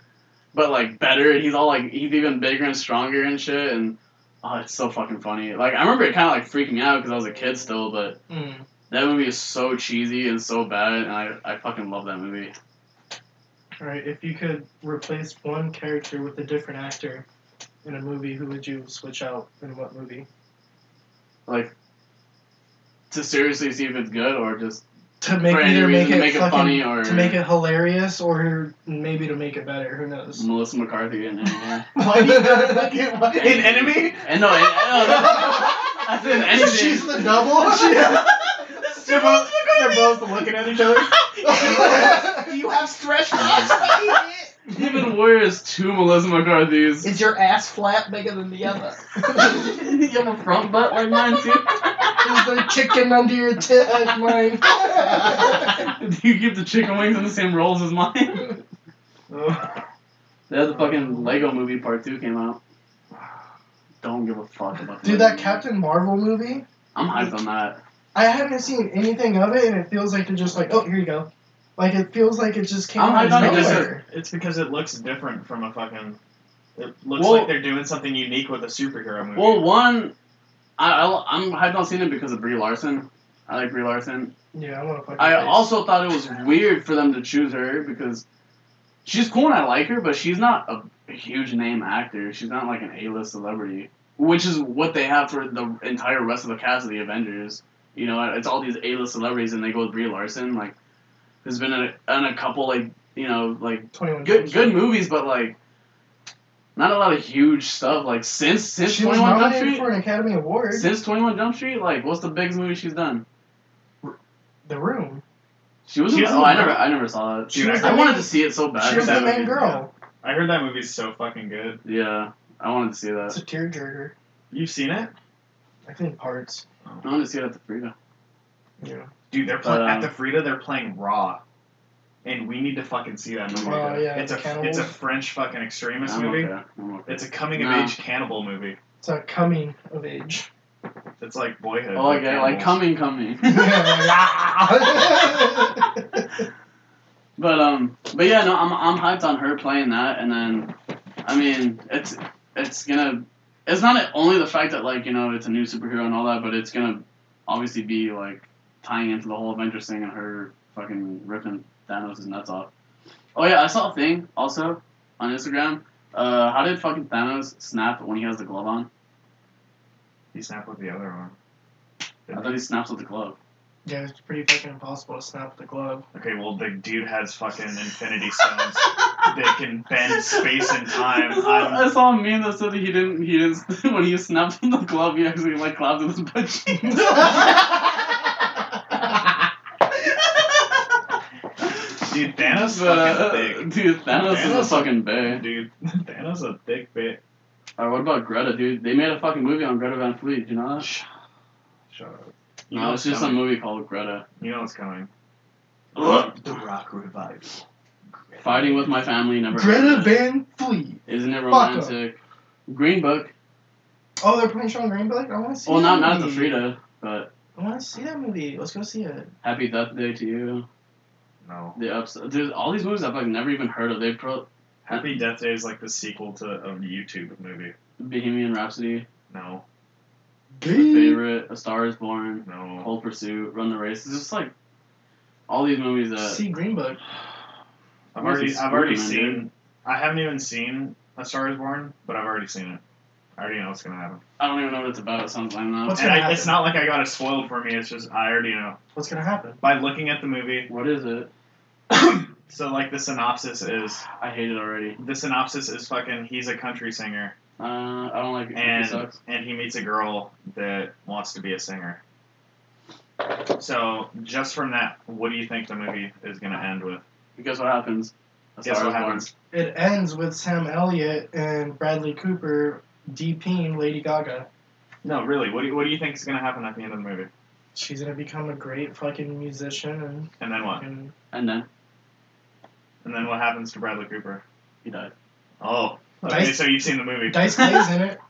but like better, and he's all like he's even bigger and stronger and shit, and oh, it's so fucking funny. Like I remember it kind of like freaking me out because I was a kid still, but
Mm.
that movie is so cheesy and so bad, and I I fucking love that movie.
Alright, if you could replace one character with a different actor in a movie, who would you switch out in what movie?
Like to seriously see if it's good or just
To make
for any
either
reason
make it,
to make it
fucking,
funny or
to make it hilarious or maybe to make it better, who knows?
Melissa McCarthy in there.
Why do you gotta look at my-
In
enemy?
and no, and, no, that's in anything.
She's the double.
They're both, they're both looking at each other.
Do you have stretch marks?
Even worse, two Melissa McCarthy's.
Is your ass flap bigger than the other?
you have a front butt like mine
Is there chicken under your tit like mine?
too. Do you keep the chicken wings in the same rolls as mine? That the fucking Lego Movie Part Two came out. Don't give a fuck about. the
Dude,
Lego
that
movie.
Captain Marvel movie,
I'm hyped on that.
I haven't seen anything of it and it feels like they're just like, oh, here you go. Like it feels like it just came
I'm
out
hyped on
of
it just
nowhere.
It's because it looks different from a fucking. It looks
Well-
like they're doing something unique with a superhero movie.
Well, one, I, I am hyped on seeing it because of Brie Larson. I like Brie Larson.
Yeah, I want to fucking.
I
face.
also thought it was weird for them to choose her because she's cool and I like her, but she's not a huge name actor. She's not like an A-list celebrity, which is what they have for the entire rest of the cast of the Avengers. You know, it's all these A-list celebrities, and they go with Brie Larson. Like, there's been a, and a couple like you know like
21
good
Jump
good
Street.
movies, but like not a lot of huge stuff. Like since since
She
Twenty
was
One Jump
nominated
Street,
for an Academy Award.
since Twenty One Jump Street, like what's the biggest movie she's done?
the Room.
She was.
She
in
was
oh,
in
I
the-
never I never saw that.
Dude,
she was
I
the
wanted
main-
to see it so bad.
She was
that
the main
movie,
girl.
I heard that movie's so fucking good.
Yeah, I wanted to see
It's
that.
a tearjerker.
You've seen it?
I think parts.
I wanted to see it at the Frida.
Yeah.
Dude, they're playing
Um,
at the Frida. They're playing Raw, and we need to fucking see that movie.
Oh, yeah,
it's a
Cannibals.
it's a French fucking extremist
I'm
movie.
okay. I'm okay.
It's a coming
Nah.
of age cannibal movie.
It's a coming of age.
It's like boyhood.
Oh,
but
okay, like
cannibals.
coming, coming. But um, but yeah, no, I'm I'm hyped on her playing that, and then, I mean, it's it's gonna, it's not only the fact that like you know it's a new superhero and all that, but it's gonna obviously be like tying into the whole Avengers thing and her fucking ripping Thanos' nuts off. Oh yeah, I saw a thing also on Instagram. Uh, how did fucking Thanos snap when he has the glove on?
He snapped with the other arm.
I thought he snaps with the glove.
yeah, it's pretty fucking impossible to snap the glove.
Okay, well the dude has fucking infinity stones. they can bend space and time.
I saw,
I'm-
I saw a meme that said that he didn't. He didn't. When he snapped on the glove, he actually like clapped with his butt cheeks.
dude, Thanos
Uh,
fucking
Dude, Thanos,
Thanos-
is a fucking bae.
thick. Dude, Thanos a thick bit.
Alright, what about Greta, dude? They made a fucking movie on Greta Van Fleet. You know that?
Shut up. You know
No, it's
what's
just a
coming.
movie called Greta.
You know what's coming.
Ugh.
The Rock Revival.
Fighting with my family never.
Greta
happened.
Van Fleet.
Isn't it
Fuck 'em.
romantic? Green Book.
Oh, they're putting Sean Greenblatt. I want to see.
Well,
that
not not the
movie.
Frida, but
I want to see that movie. Let's go see it.
Happy Death Day to You.
No.
The ups. There's all these movies I've like never even heard of. They pro
Happy Death Day is like the sequel to a YouTube movie.
Bohemian Rhapsody,
No.
The Favorite, A Star Is Born,
No.
Cold Pursuit, Run the Race. It's just like all these movies that.
see Green Book.
I've already
Where's the
I've already
Spider-Man,
seen I haven't even seen A Star Is Born, but I've already seen it. I already know what's gonna happen.
I don't even know what it's about. It sounds lame though.
What's
And
gonna
I, it's
happen?
not like I got it spoiled for me. It's just I already know
What's gonna happen?
by looking at the movie.
What is it?
so like the synopsis is
I hate it already.
the synopsis is fucking he's a country singer
Uh, I don't like it.
And-
it sucks.
and he meets a girl that wants to be a singer. So just from that, what do you think the movie is gonna end with?
Guess what happens? A
Guess
Star
what
is Born.
happens?
It ends with Sam Elliott and Bradley Cooper DPing Lady Gaga.
No, really. What do you, what do you think is gonna happen at the end of the movie?
She's gonna become a great fucking musician and
And then what?
fucking
And then
And then what happens to Bradley Cooper?
he died.
Oh, okay.
Dice-
So you've seen the movie.
Dice Clay's in it.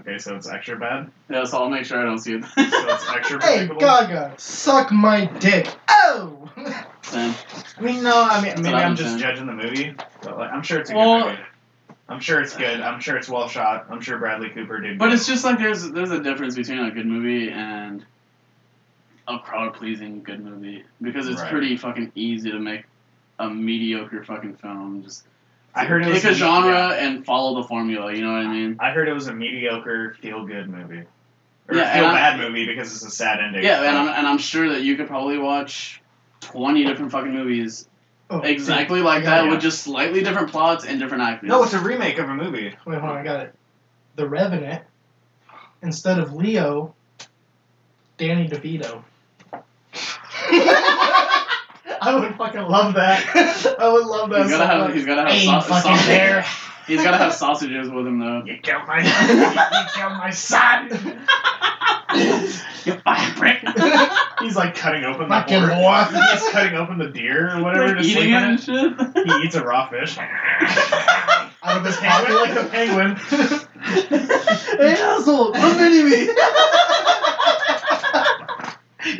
Okay, so it's extra bad.
Yeah, so I'll make sure I don't see it.
So it's extra
Hey
predictable.
Gaga, suck my dick. Oh.
Sam.
I mean, no, I mean,
That's
maybe
what
I'm
I'm
just
saying.
judging the movie, but like, I'm sure it's a
Well-
good movie. I'm sure it's good. I'm sure it's well shot. I'm sure Bradley Cooper did.
But
good.
it's just like there's there's a difference between a good movie and a crowd pleasing good movie because it's
Right.
pretty fucking easy to make a mediocre fucking film. Just
I heard it was
pick a genre
yeah.
and follow the formula. You know what I mean?
I heard it was a mediocre feel good movie, or
Yeah,
feel
and I-
bad movie because it's a sad ending.
Yeah, and I'm and I'm sure that you could probably watch twenty different fucking movies
Oh,
exactly like
Yeah,
that
yeah.
with just slightly different plots and different actors.
no, it's a remake of a movie.
Wait, hold on, I got it. The Revenant, instead of Leo, Danny DeVito. I would fucking love that. I would love that.
he's gotta
so
have
much.
he's gotta
Ain't
have sau-
fucking
sausage-
there.
he's gotta have sausages with him though.
You killed my, you killed my son.
You fucking prick.
He's like cutting open the
Fucking boar.
boar. He's cutting open the deer or whatever
Like,
to sleep
eating it
on
and
it.
shit.
He eats a raw fish.
Out of his
penguin like
pocket.
the penguin.
hey, asshole, come into me.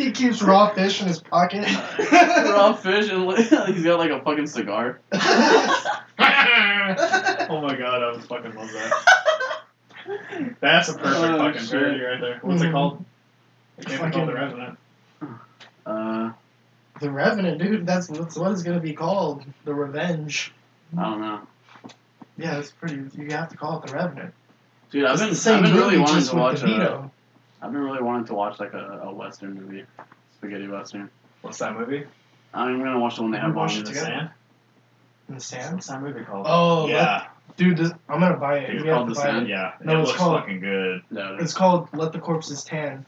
he keeps raw fish in his pocket.
raw fish and like, he's got like a fucking cigar.
oh my god, I would fucking love that. That's a perfect
Oh,
fucking
shit.
parody right there. What's it
Mhm.
called? It can't be
Fucking-
called The Revenant.
Uh,
the Revenant, dude. That's, that's what it's gonna be called. The Revenge.
I don't know,
Yeah, it's pretty. You have to call it the Revenant.
dude. I've
It's
been,
the same
I've been really
movie,
wanting
just
to
with
watch. uh, A,
DeVito.
I've been really wanting to watch like a, a western movie, spaghetti western.
What's that movie?
I'm gonna watch the one they have on
We watched
in
it
the
together.
sand.
in the
What's
Sands.
that movie called?
Oh,
yeah,
let- dude, this, I'm gonna buy it.
Dude,
We have
called
to
The
buy
Sand?
it.
yeah.
No,
it
it's
looks
called-
fucking good.
No,
It's called Let the Corpses Tan,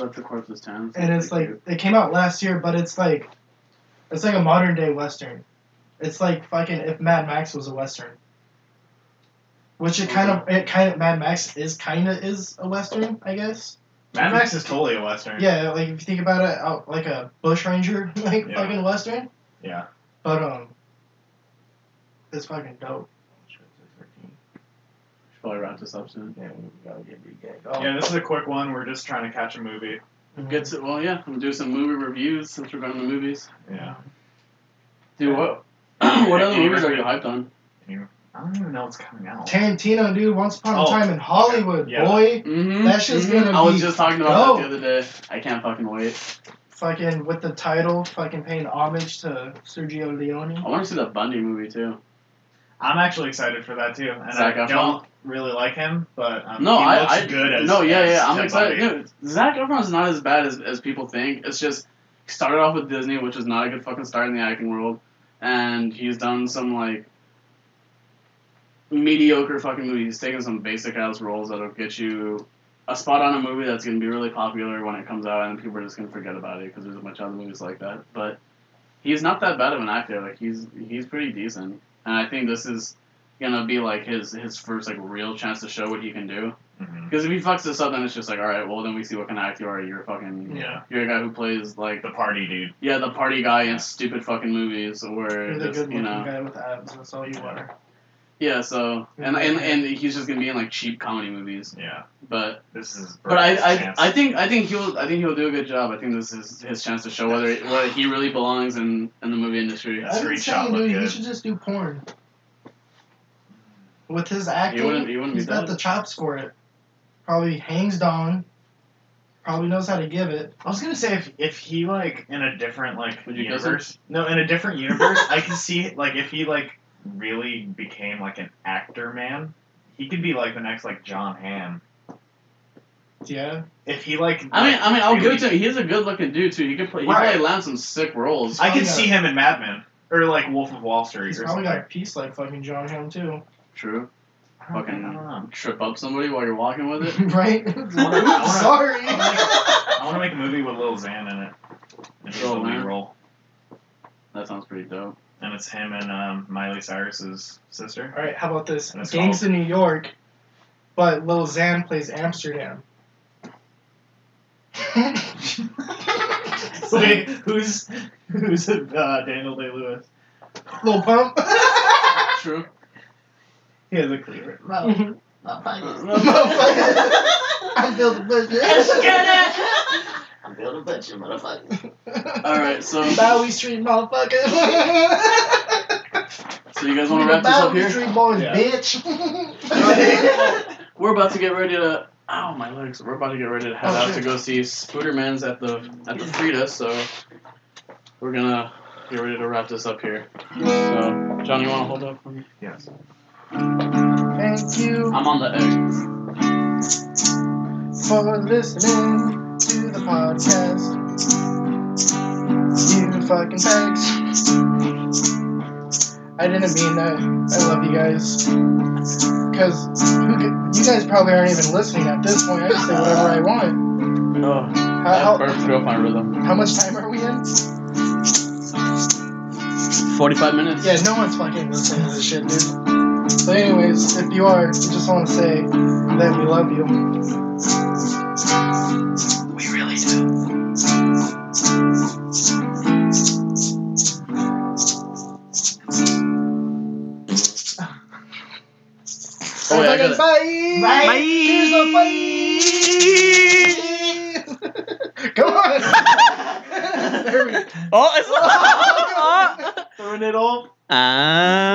Let the Corpses Town.
and it's like it came out last year, but it's like it's like a modern day western. It's like fucking if Mad Max was a western, which it kind
Mm-hmm.
of it kind of Mad Max is kind of is a western, I guess.
Mad Max is totally a western.
Yeah, like if you think about it, out like a bush ranger, like
Yeah.
fucking western.
Yeah.
But um, it's fucking dope.
Should probably wrap this up soon.
Oh.
Yeah, this is a quick one. We're just trying to catch a movie.
Mm-hmm.
Good. To, well, yeah, I'm gonna do some movie reviews since we're going to movies.
Yeah.
Dude, what? what other
Any
movies are you
recommend-
hyped on?
I don't even know what's coming out.
Tarantino, dude, Once Upon a
Oh,
Time in Hollywood,
yeah.
boy.
Mm-hmm.
That shit's gonna
I was
be
just talking about
dope.
that the other day. I can't fucking wait.
Fucking with the title, fucking paying homage to Sergio Leone.
I want to see the Bundy movie too.
I'm actually excited for that too, and
Zac
I
Efron?
don't really like him, but um,
No,
he
I,
looks
I
good as
no, yeah,
as
yeah. I'm
Ted
excited.
Bundy.
Dude, Zach Efron's not as bad as, as people think. It's just he started off with Disney, which is not a good fucking start in the acting world, and he's done some like mediocre fucking movies. He's taken some basic ass roles that'll get you a spot on a movie that's gonna be really popular when it comes out, and people are just gonna forget about it because there's a bunch of other movies like that. But he's not that bad of an actor. Like he's he's pretty decent, and I think this is gonna be like his his first like real chance to show what he can do.
Mhm.
Because if he fucks this up, then it's just like, all right, well, then we see what kind of act you are. You're a fucking,
Yeah,
you're a guy who plays like,
the party dude.
yeah, the party guy in stupid fucking movies, or
You're the
just,
good
you
looking
know,
guy with abs, that's all you are.
yeah. So and, and and he's just gonna be in like cheap comedy movies,
Yeah,
but
this is.
but I
Birdie's
I,
chance.
I think I think he'll I think he'll do a good job. I think this is his chance to show whether whether he really belongs in in the movie industry.
That's
I've been
great shot,
saying,
look
dude, he
good.
should just do porn. With his acting,
He wouldn't he wouldn't be
he's got
bad.
the chops for it. Probably hangs down. Probably knows how to give it.
I was gonna say if if he like in a different like
Would you kiss him?
universe. No, in a different universe, I can see like if he like really became like an actor man, he could be like the next like John Hamm.
Yeah.
If he like,
I mean, I mean, I'll give
really-
it to him. He's a good looking dude too. He could play. He
Right.
probably land some sick roles.
I can
Oh, yeah.
see him in Mad Men or like Wolf of Wall Street
He's
or
probably
something.
got a piece like fucking John Hamm too,
True.
I don't think- I
fucking-
don't know.
Trip up somebody while you're walking with it.
right?
wanna-
Sorry.
I want to make a movie with Lil Xan in it. And it's a
Lil
lead
Xan?
role,
That sounds pretty dope.
and it's him and um, Miley Cyrus's sister.
All right, how about this?
That's
Gangs in New York, but Lil Xan plays Amsterdam.
Wait, who's who's uh, Daniel Day Lewis?
Lil Pump.
True.
He has a cleaver.
Mo. Mo, fuck it.
I'm Bill the Butcher.
Let's get it. I'm Bill the Butcher, motherfucker.
All right, so
Bowie Street motherfucker.
so you guys want to wrap this up
Bowie
here?
Street boys,
Yeah.
bitch.
We're about to get ready to. Ow, my legs. We're about to get ready to head
Oh,
out
shit.
to go see Spooderman's at the at the Frida. So we're gonna get ready to wrap this up here. So Johnny, you want to hold up for me?
Yes.
Thank you
I'm on the edge.
for listening to the podcast. You fucking bags. I didn't mean that. I love you guys. Cause who, g- you guys probably aren't even listening at this point. I can say whatever I want.
Oh,
How,
that
how,
burp threw off my rhythm.
how much time are we in?
Forty-five minutes.
Yeah, no one's fucking listening to this shit, dude. But anyways, if you are, I just want to say that we love you.
we really do.
Oh, yeah, I got it.
Bye.
Bye. Bye.
Here's a bye. Come on. there we go.
Oh, it's.
Oh.
Throwing it all
Ah.